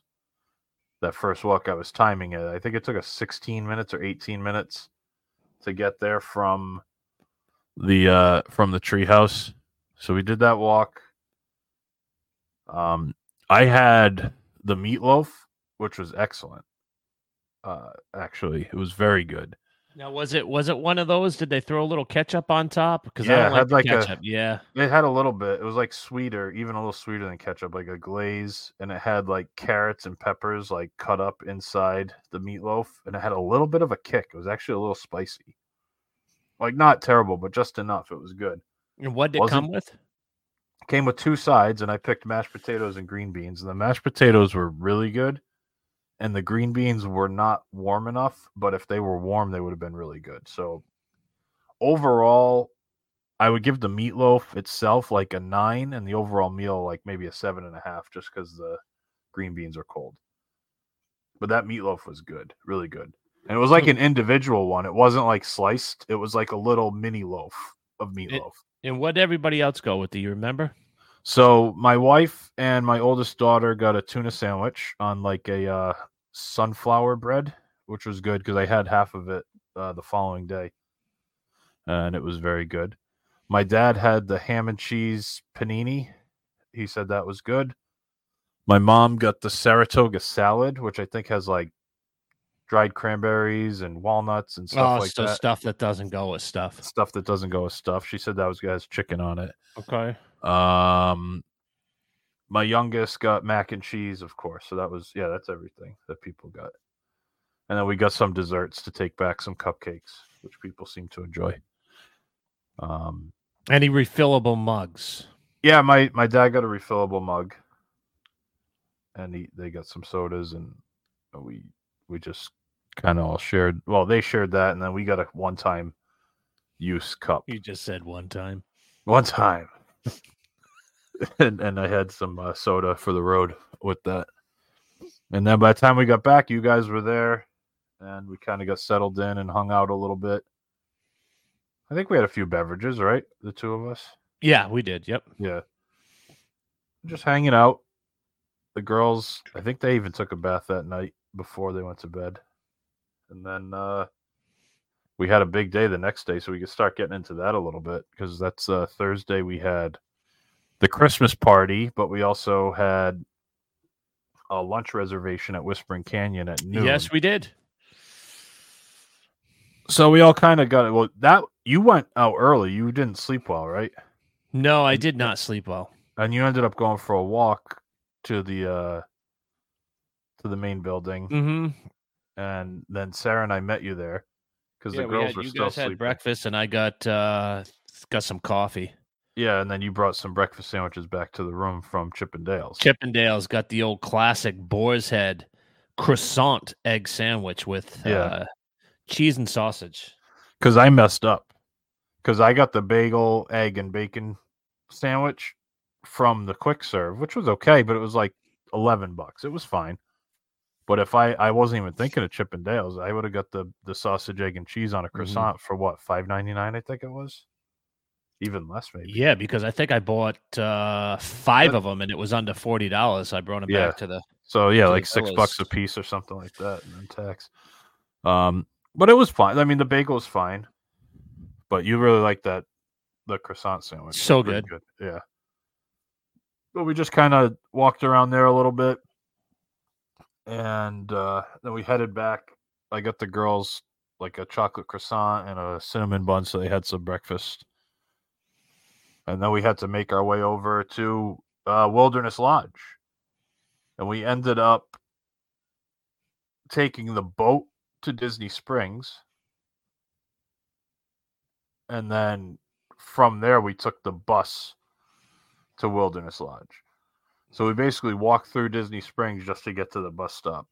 That first walk, I was timing it. I think it took us 16 minutes or 18 minutes to get there from the uh from the treehouse. So we did that walk. Um, I had the meatloaf, which was excellent. Uh, actually, it was very good. Now, was it was it one of those? Did they throw a little ketchup on top? Because I Yeah, it don't like, had the like a- ketchup. Yeah, It had a little bit. It was like sweeter, even a little sweeter than ketchup, like a glaze, and it had like carrots and peppers like cut up inside the meatloaf, and it had a little bit of a kick. It was actually a little spicy, like not terrible, but just enough. It was good. and what did it Wasn't- come with? came with two sides and I picked mashed potatoes and green beans and the mashed potatoes were really good and the green beans were not warm enough but if they were warm they would have been really good so overall I would give the meatloaf itself like a nine and the overall meal like maybe a seven and a half just because the green beans are cold but that meatloaf was good really good and it was like an individual one it wasn't like sliced it was like a little mini loaf of meatloaf And what did everybody else go with? Do you remember? so my wife and my oldest daughter got a tuna sandwich on like a uh, sunflower bread, which was good because I had half of it uh, the following day, and it was very good. My dad had the ham and cheese panini. He said that was good. My mom got the Saratoga salad, which I think has like dried cranberries and walnuts and stuff oh, like so that. stuff that doesn't go with stuff. Stuff that doesn't go with stuff. She said that was has chicken on it. Okay. Um, my youngest got mac and cheese, of course. So that was yeah, that's everything that people got. And then we got some desserts to take back, some cupcakes, which people seem to enjoy. Um, Any refillable mugs? yeah, my my dad got a refillable mug, and he, they got some sodas, and we we just kind of all shared. Well, they shared that, and then we got a one time use cup. You just said one time. one time and, and i had some uh, soda for the road with that and then by the time we got back you guys were there and we kind of got settled in and hung out a little bit i think we had a few beverages right the two of us Yeah, we did. Yep. yeah just hanging out the girls i think they even took a bath that night before they went to bed and then uh we had a big day the next day, so we could start getting into that a little bit because that's uh, Thursday. We had the Christmas party, but we also had a lunch reservation at Whispering Canyon at noon. Yes, we did. so we all kind of got it. Well, that you went out early. You didn't sleep well, right? No, I And- did not sleep well. And you ended up going for a walk to the uh to the main building, Mm-hmm. and then Sarah and I met you there because the girls were you still guys sleeping. had breakfast, and I got uh, got some coffee. Yeah, and then you brought some breakfast sandwiches back to the room from Chippendales. Chippendales got the old classic boar's head croissant egg sandwich with Yeah. uh, cheese and sausage. because I messed up. Because I got the bagel, egg, and bacon sandwich from the quick serve, which was okay, but it was like eleven bucks. It was fine. But if I I wasn't even thinking of Chip and Dale's, I would have got the the sausage, egg, and cheese on a croissant for what five ninety nine? I think it was, even less maybe. Yeah, because I think I bought uh, five of them and it was under forty dollars. I brought them Yeah. back to the. So yeah, Dude, like that six bucks a was- piece or something like that, and then tax. Um, but it was fine. I mean, the bagel was fine, but you really like that the croissant sandwich. It So was pretty good. Yeah. But we just kind of walked around there a little bit, and uh, then we headed back. I got the girls like a chocolate croissant and a cinnamon bun, so they had some breakfast. And then we had to make our way over to uh, Wilderness Lodge and we ended up taking the boat to Disney Springs. And then from there, we took the bus to Wilderness Lodge. So we basically walked through Disney Springs just to get to the bus stop.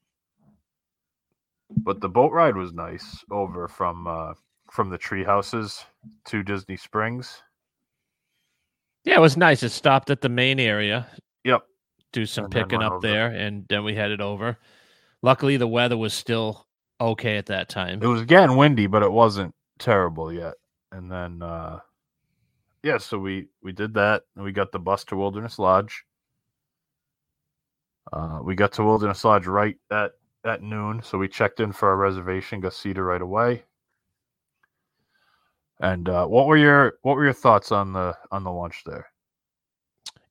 But the boat ride was nice over from uh, from the tree houses to Disney Springs. Yeah, it was nice. It stopped at the main area. Yep. Do some And then picking went up over. there, and then we headed over. Luckily, the weather was still okay at that time. It was getting windy, but it wasn't terrible yet. And then uh yeah, so we we did that and we got the bus to Wilderness Lodge. Uh we got to Wilderness Lodge right at at noon, so we checked in for our reservation, got seated right away. And uh what were your what were your thoughts on the on the lunch there?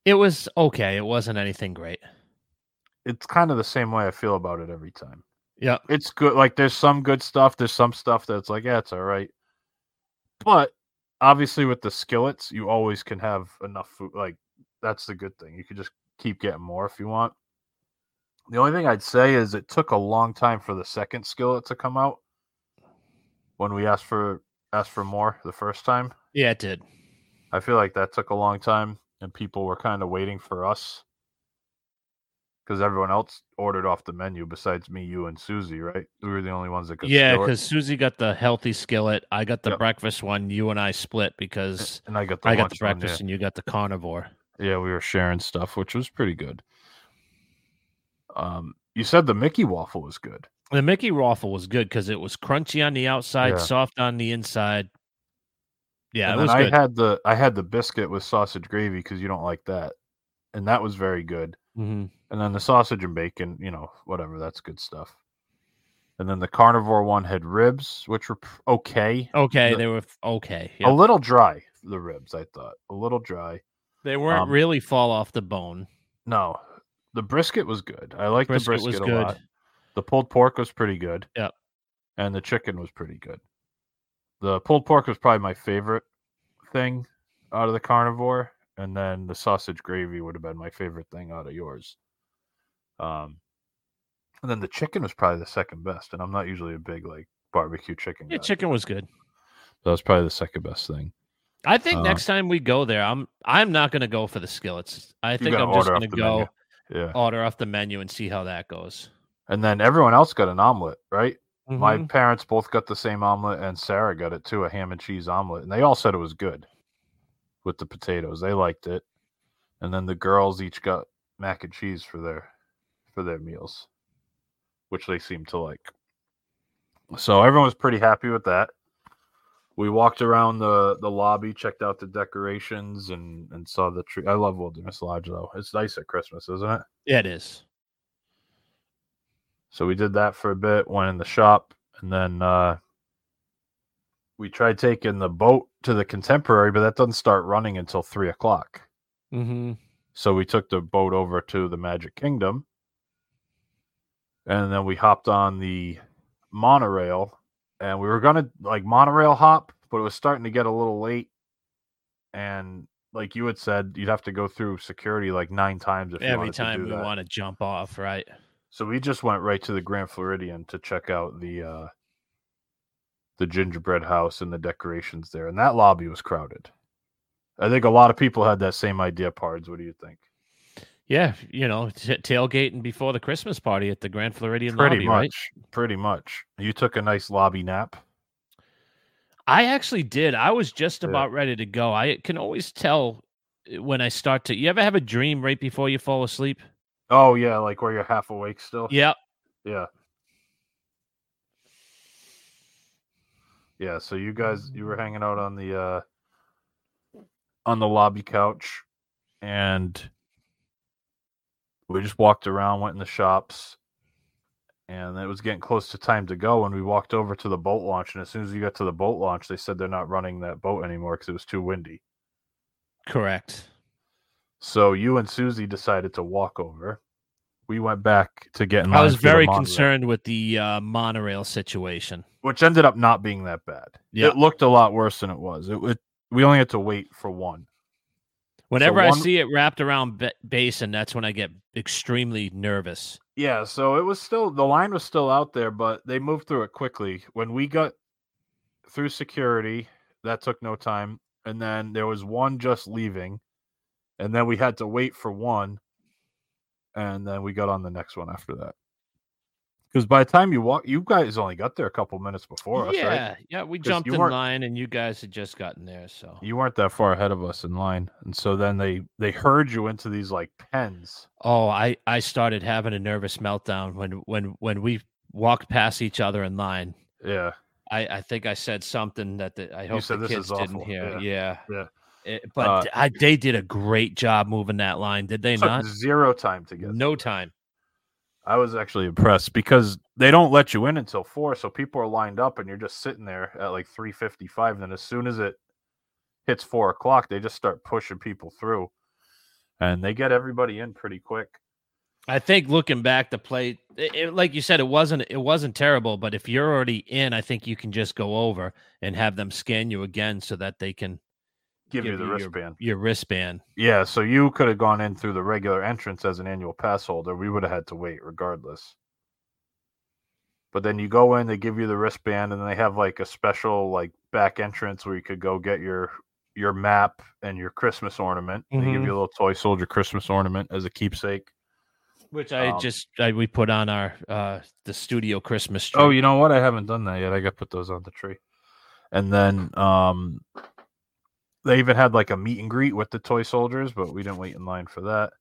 It was okay. It wasn't anything great. It's kind of the same way I feel about it every time. Yeah. it's good. Like there's some good stuff. There's some stuff that's like, yeah, it's all right. But obviously, with the skillets, you always can have enough food. Like that's the good thing. You can just keep getting more if you want. The only thing I'd say is it took a long time for the second skillet to come out. When we asked for asked for more the first time, Yeah, it did. I feel like that took a long time, and people were kind of waiting for us because everyone else ordered off the menu besides me, you, and Susie. Right? We were the only ones that could. Yeah, store it, because Susie got the healthy skillet. I got the Yep. breakfast one. You and I split because and I got the I got the lunch one, yeah. breakfast and you got the carnivore. yeah, we were sharing stuff, which was pretty good. Um, you said the Mickey waffle was good. The Mickey waffle was good because it was crunchy on the outside, Yeah. soft on the inside. Yeah, and it then was I good. had the I had the biscuit with sausage gravy because you don't like that, and that was very good. hmm And then the sausage and bacon, you know, whatever, that's good stuff. And then the carnivore one had ribs, which were p- okay. Okay, The- they were f- okay. A yeah. little dry, the ribs, I thought. A little dry. They weren't um, really fall off the bone. No, the brisket was good. I liked Brisket, the was brisket a good. lot. The pulled pork was pretty good. Yep. And the chicken was pretty good. The pulled pork was probably my favorite thing out of the carnivore. And then the sausage gravy would have been my favorite thing out of yours. Um, and then the chicken was probably the second best. And I'm not usually a big like barbecue chicken Yeah, guy. chicken was good. that was probably the second best thing. I think Uh, next time we go there, I'm I'm not gonna go for the skillets. I think gotta I'm just order off gonna the go menu. Yeah. order off the menu and see how that goes. And then everyone else got an omelet, right? My Mhm. parents both got the same omelet, and Sarah got it too, a ham and cheese omelet, and they all said it was good with the potatoes. They liked it, and then the girls each got mac and cheese for their for their meals, which they seemed to like. So everyone was pretty happy with that. We walked around the the lobby, checked out the decorations, and and saw the tree. I love Wilderness Lodge though; it's nice at Christmas, isn't it? Yeah, it is. So we did that for a bit, went in the shop, and then uh, we tried taking the boat to the contemporary, but that doesn't start running until three o'clock. Mm-hmm. So we took the boat over to the Magic Kingdom, and then we hopped on the monorail, and we were gonna like monorail hop, but it was starting to get a little late, and like you had said, you'd have to go through security like nine times if you Every wanted to time do we that. want to jump off, right? So we just went right to the Grand Floridian to check out the uh the gingerbread house and the decorations there. And that lobby was crowded. I think a lot of people had that same idea, Pards. What do you think? Yeah, you know, t- tailgating before the Christmas party at the Grand Floridian pretty lobby, much. right? Pretty much. You took a nice lobby nap. I actually did. I was just Yeah. about ready to go. I can always tell uh, when I start to. You ever have a dream right before you fall asleep? Oh yeah, like where you're half awake still. Yep. Yeah. Yeah, so you guys you were hanging out on the uh on the lobby couch and we just walked around, went in the shops, and it was getting close to time to go. And we walked over to the boat launch, and as soon as we got to the boat launch, they said they're not running that boat anymore because it was too windy. Correct. So you and Susie decided to walk over. We went back to get in line I was for the very monorail, concerned with the uh, monorail situation. which ended up not being that bad. Yeah. It looked a lot worse than it was. It, it we only had to wait for one. Whenever I one- see it wrapped around ba- basin, that's when I get extremely nervous. Yeah, so it was still the line was still out there, but they moved through it quickly. When we got through security, that took no time, and then there was one just leaving, and then we had to wait for one, and then we got on the next one after that. Because by the time you walk, you guys only got there a couple minutes before us, right? yeah, yeah, we 'Cause jumped you in weren't- line, and you guys had just gotten there, so you weren't that far ahead of us in line and so then they they herd you into these like pens Oh, I I started having a nervous meltdown when when when we walked past each other in line. yeah I I think I said something that the, I hope said, the "This kids is didn't awful." hear. Yeah. yeah. It- but Uh, I, they did a great job moving that line, did they took not? zero time to get No through. time. i was actually impressed because they don't let you in until four so people are lined up and you're just sitting there at like 355 and then as soon as it hits four o'clock they just start pushing people through and they get everybody in pretty quick I think looking back, the play, it, it- like you said, it wasn't it wasn't terrible. But if you're already in, I think you can just go over and have them scan you again so that they can give, you the your- wristband Your wristband. yeah so you could have gone in through the regular entrance as an annual pass holder we would have had to wait regardless but then you go in they give you the wristband and they have like a special like back entrance where you could go get your your map and your christmas ornament they give Mhm. you a little toy soldier christmas ornament as a keepsake Which I Um, just I, we put on our uh the studio Christmas tree. oh you know what i haven't done that yet i got to put those on the tree and then um they even had like a meet and greet with the toy soldiers but we didn't wait in line for that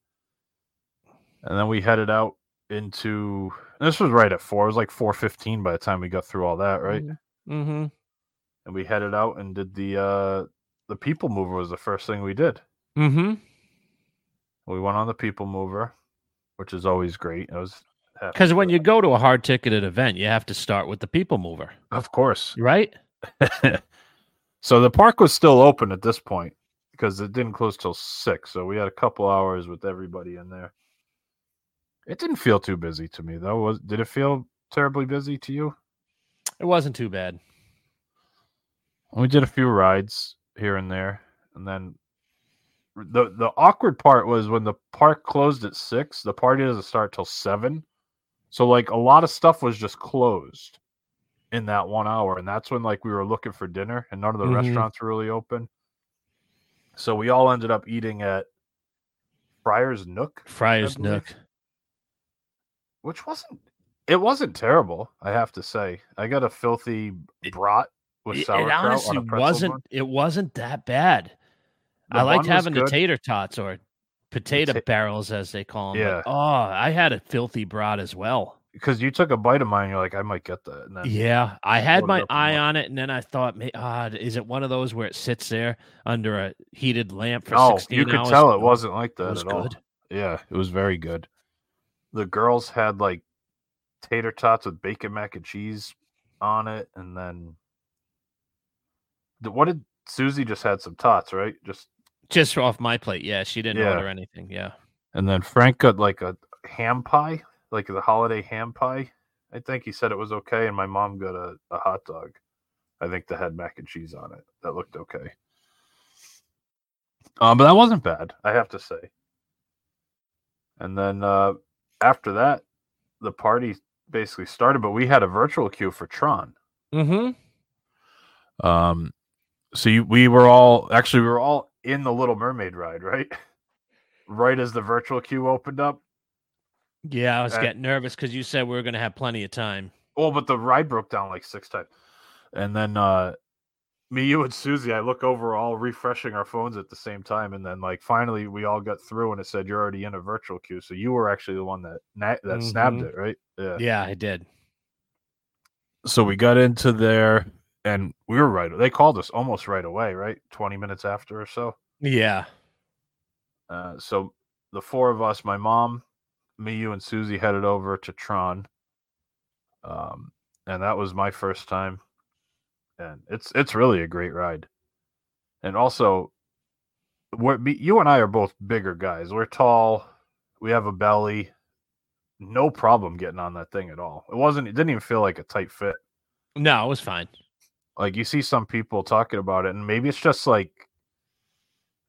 and then we headed out into this was right at four it was like 4.15 by the time we got through all that right Mm-hmm. and we headed out and did the uh the people mover was the first thing we did Mm-hmm. we went on the people mover which is always great i was uh, happy Because when for you that. go to a hard ticketed event, you have to start with the people mover, of course right? so the park was still open at this point because it didn't close till six. So we had a couple hours with everybody in there. It didn't feel too busy to me though. Was did it feel terribly busy to you? It wasn't too bad. We did a few rides here and there, and then the the awkward part was when the park closed at six. The party doesn't start till seven, so like a lot of stuff was just closed in that one hour, and that's when like we were looking for dinner, and none of the Mhm. restaurants were really open. So we all ended up eating at Friar's Nook, Friar's believe- Nook. which wasn't it wasn't terrible. I have to say, I got a filthy It- brat with It, it sauerkraut honestly on a pretzel wasn't. bun. It wasn't that bad. The I liked bun was having the good. tater tots or potato ta- barrels, as they call them. Yeah. oh, I had a filthy brat as well. because you took a bite of mine, you're like, I might get that. And then, Yeah, I Load had it my up and eye look. on it, and then I thought, "May- ah, is it one of those where it sits there under a heated lamp for no, sixteen Oh, you could hours? tell it wasn't like It that was at all. good. Yeah, it was very good. The girls had like tater tots with bacon mac and cheese on it, and then The- what did Susie just had some tots, right? Just Just off my plate. Yeah, she didn't Yeah. order anything. Yeah. and then Frank got like a ham pie, like the holiday ham pie. I think he said it was okay, and my mom got a, a hot dog. I think that had mac and cheese on it. That looked okay. Um, but that wasn't bad, I have to say. And then uh, after that, the party basically started, but we had a virtual queue for Tron. Mm-hmm. Um, so you, we were all actually we were all in the Little Mermaid ride, right? right as the virtual queue opened up, Yeah, I was Uh, getting nervous because you said we were going to have plenty of time. Well, but the ride broke down like six times, and then uh me, you, and Susie, I look over all refreshing our phones at the same time, and then like finally we all got through, and it said you're already in a virtual queue. So you were actually the one that na- that snapped Mhm. it, right? Yeah. Yeah, I did. So we got into there, and we were right. They called us almost right away, right? Twenty minutes after or so. Yeah. Uh, so the four of us, my mom, me, you, and Susie headed over to Tron. Um, and that was my first time. And it's it's really a great ride. And also what me, you and I are both bigger guys. We're tall, we have a belly. No problem getting on that thing at all. It wasn't it didn't even feel like a tight fit No, it was fine. like you see some people talking about it and maybe it's just like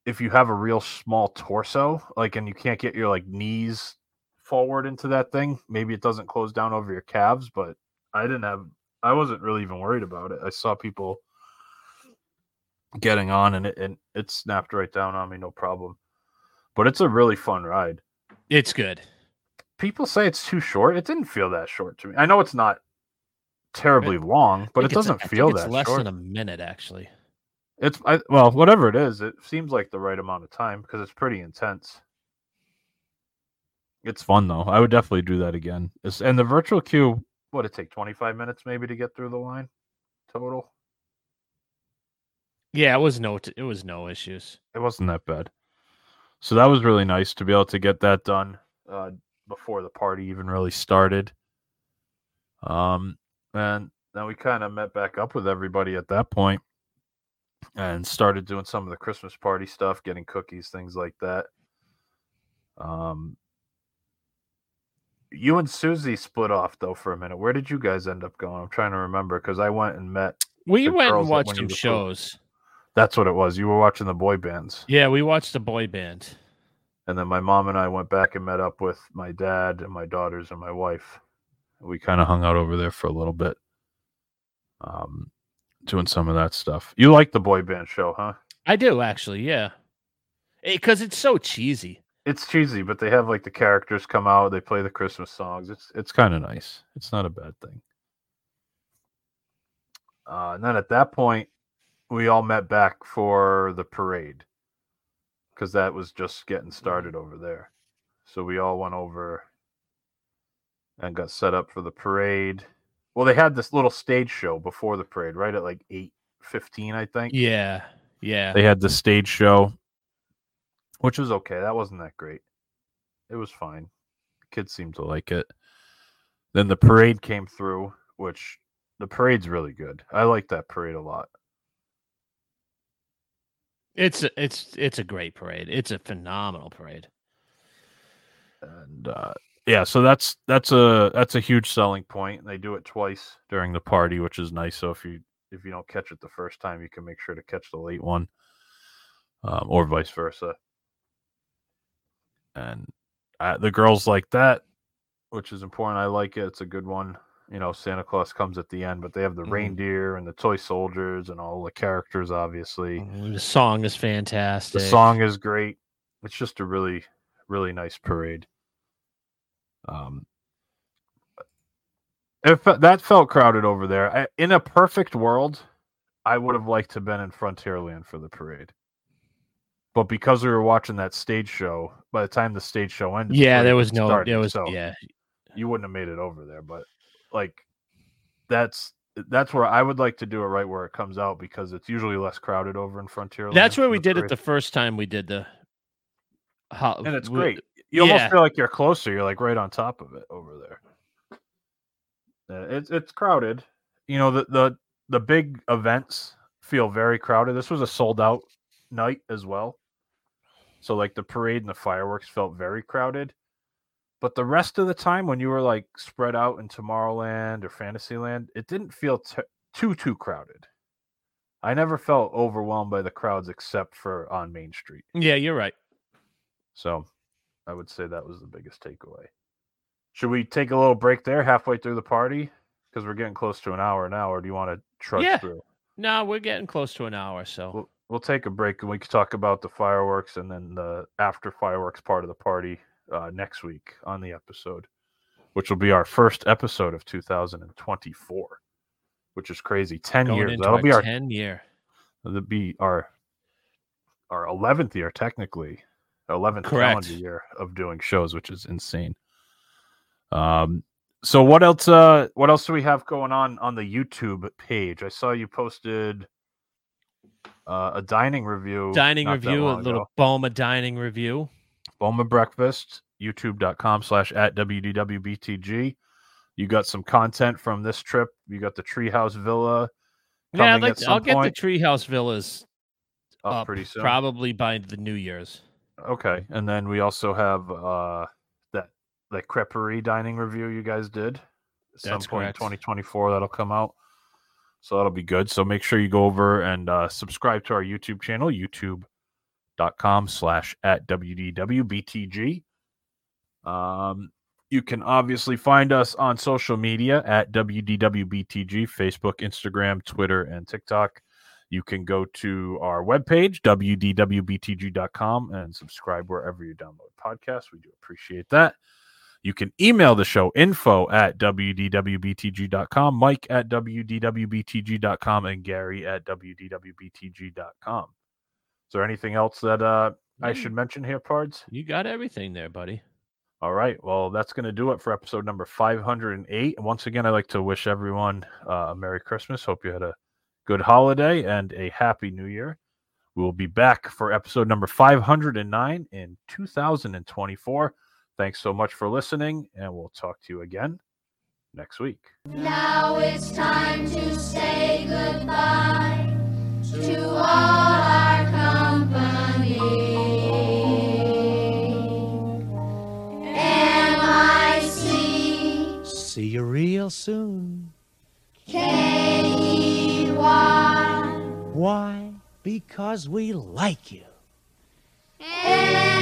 if you have a real small torso like and you can't get your like knees forward into that thing maybe it doesn't close down over your calves but i didn't have i wasn't really even worried about it i saw people getting on and it and it snapped right down on me no problem but it's a really fun ride It's good. people say it's too short it didn't feel that short to me i know it's not terribly long but I it think it's- doesn't I think feel it's that less short than a minute actually. it's I, well, whatever it is, it seems like the right amount of time because it's pretty intense. It's fun though. I would definitely do that again. It's, and the virtual queue, what it take twenty five minutes maybe to get through the line total. Yeah, it was no it was no issues. It wasn't that bad. So that was really nice to be able to get that done uh, before the party even really started. Um, and then we kind of met back up with everybody at that point and started doing some of the Christmas party stuff, getting cookies, things like that. Um, you and Susie split off though for a minute. Where did you guys end up going? I'm trying to remember because I went and met. We The went girls and that watched went some into the- shows. That's what it was. You were watching the boy bands. Yeah, we watched the boy band. And then my mom and I went back and met up with my dad and my daughters and my wife. We kind of hung out over there for a little bit, um, doing some of that stuff. You like the boy band show, huh? I do actually, yeah. Because it's so cheesy. It's cheesy, but they have like the characters come out. They play the Christmas songs. It's it's kind of nice. It's not a bad thing. Uh, and then at that point, we all met back for the parade because that was just getting started over there. So we all went over and got set up for the parade. Well, they had this little stage show before the parade, right at like eight fifteen, I think. Yeah, yeah. They had the stage show, which was okay. That wasn't that great. It was fine. Kids seemed to like it. Then the parade came through, which the parade's really good. I like that parade a lot. It's a, it's it's a great parade. It's a phenomenal parade. And uh, yeah, so that's that's a that's a huge selling point. They do it twice during the party, which is nice. So if you if you don't catch it the first time, you can make sure to catch the late one, um, or vice versa. And uh, the girls like that, which is important. I like it. It's a good one. You know, Santa Claus comes at the end, but they have the Mhm. reindeer and the toy soldiers and all the characters, obviously. The song is fantastic. The song is great. It's just a really, really nice parade. Um, it, fe- that felt crowded over there. I, in a perfect world, I would have liked to been in Frontierland for the parade. But because we were watching that stage show, by the time the stage show ended, the Yeah, parade there had was no started, there was so yeah. you wouldn't have made it over there. But like, that's that's where I would like to do it, right where it comes out, because it's usually less crowded over in Frontierland. That's where for we did it parade the first time we did the ho- and it's we- great. You almost yeah. feel like you're closer. You're like right on top of it over there. Uh, It's it's crowded. You know the the the big events feel very crowded. This was a sold out night as well. So like the parade and the fireworks felt very crowded. But the rest of the time when you were like spread out in Tomorrowland or Fantasyland, it didn't feel t- too too crowded. I never felt overwhelmed by the crowds except for on Main Street. Yeah, you're right. So I would say that was the biggest takeaway. Should we take a little break there halfway through the party? Because we're getting close to an hour now, or do you want to trudge Yeah. through? No, we're getting close to an hour, so We'll, we'll take a break and we can talk about the fireworks and then the after fireworks part of the party uh, next week on the episode, which will be our first episode of 2024, which is crazy. 10 going years. into That'll our be our ten year. That'd be our our eleventh year, technically, eleventh Correct. calendar year of doing shows, which is insane. Um. So what else? Uh, what else do we have going on on the YouTube page? I saw you posted uh, a dining review. Dining not that review, a long little ago. Boma dining review. Boma Breakfast, youtube.com slash at WDWBTG. You got some content from this trip. You got the Treehouse Villa Yeah, I'd Coming like at to- I'll some get the point. treehouse villas up up pretty soon. probably by the New Year's. okay. And then we also have uh that that creperie dining review you guys did. At some That's point in correct. 2024 that'll come out. So that'll be good. So make sure you go over and uh, subscribe to our YouTube channel, youtube.com slash at WDWBTG. Um, you can obviously find us on social media at WDWBTG, Facebook, Instagram, Twitter, and TikTok. You can go to our webpage, WDWBTG.com, and subscribe wherever you download podcasts. We do appreciate that. You can email the show info at WDWBTG.com, Mike at WDWBTG.com, and Gary at WDWBTG.com. Is there anything else that uh, I should mention here, Pards? You got everything there, buddy. All right. Well, that's going to do it for episode number 508. Once again, I'd like to wish everyone uh, a Merry Christmas. Hope you had a good holiday and a Happy New Year. We will be back for episode number 509 in 2024. Thanks so much for listening, and we'll talk to you again next week. Now it's time to say goodbye to all our company. M-I-C See you real soon. K-E-Y Why? Because we like you. M